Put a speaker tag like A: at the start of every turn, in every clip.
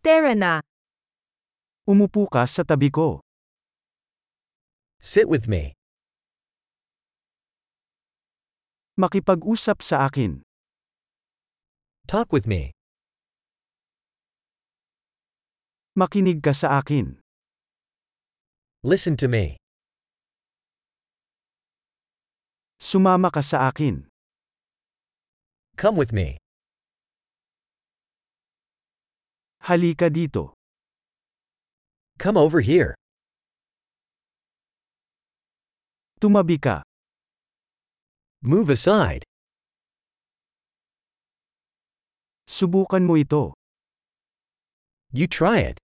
A: Tara na.
B: Umupo ka sa tabi ko.
C: Sit with me.
B: Makipag-usap sa akin.
C: Talk with me.
B: Makinig ka sa akin.
C: Listen to me.
B: Sumama ka sa akin.
C: Come with me.
B: Halika dito.
C: Come over here.
B: Tumabi ka.
C: Move aside.
B: Subukan mo ito.
C: You try it.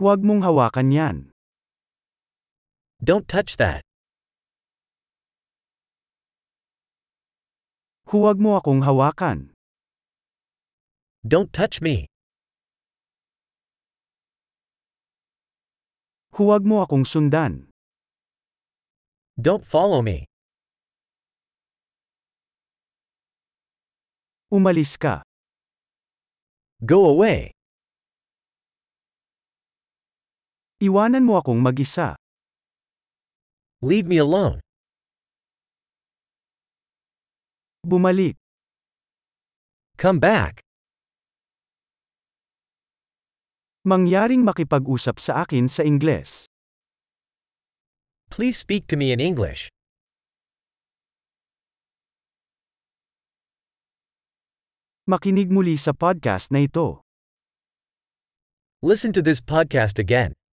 B: Huwag mong hawakan yan.
C: Don't touch that.
B: Huwag mo akong hawakan.
C: Don't touch me.
B: Huwag mo akong sundan.
C: Don't follow me.
B: Umalis ka.
C: Go away.
B: Iwanan mo akong mag-isa.
C: Leave me alone.
B: Bumalik.
C: Come back.
B: Mangyaring makipag-usap sa akin sa Ingles.
C: Please speak to me in English.
B: Makinig muli sa podcast na ito.
C: Listen to this podcast again.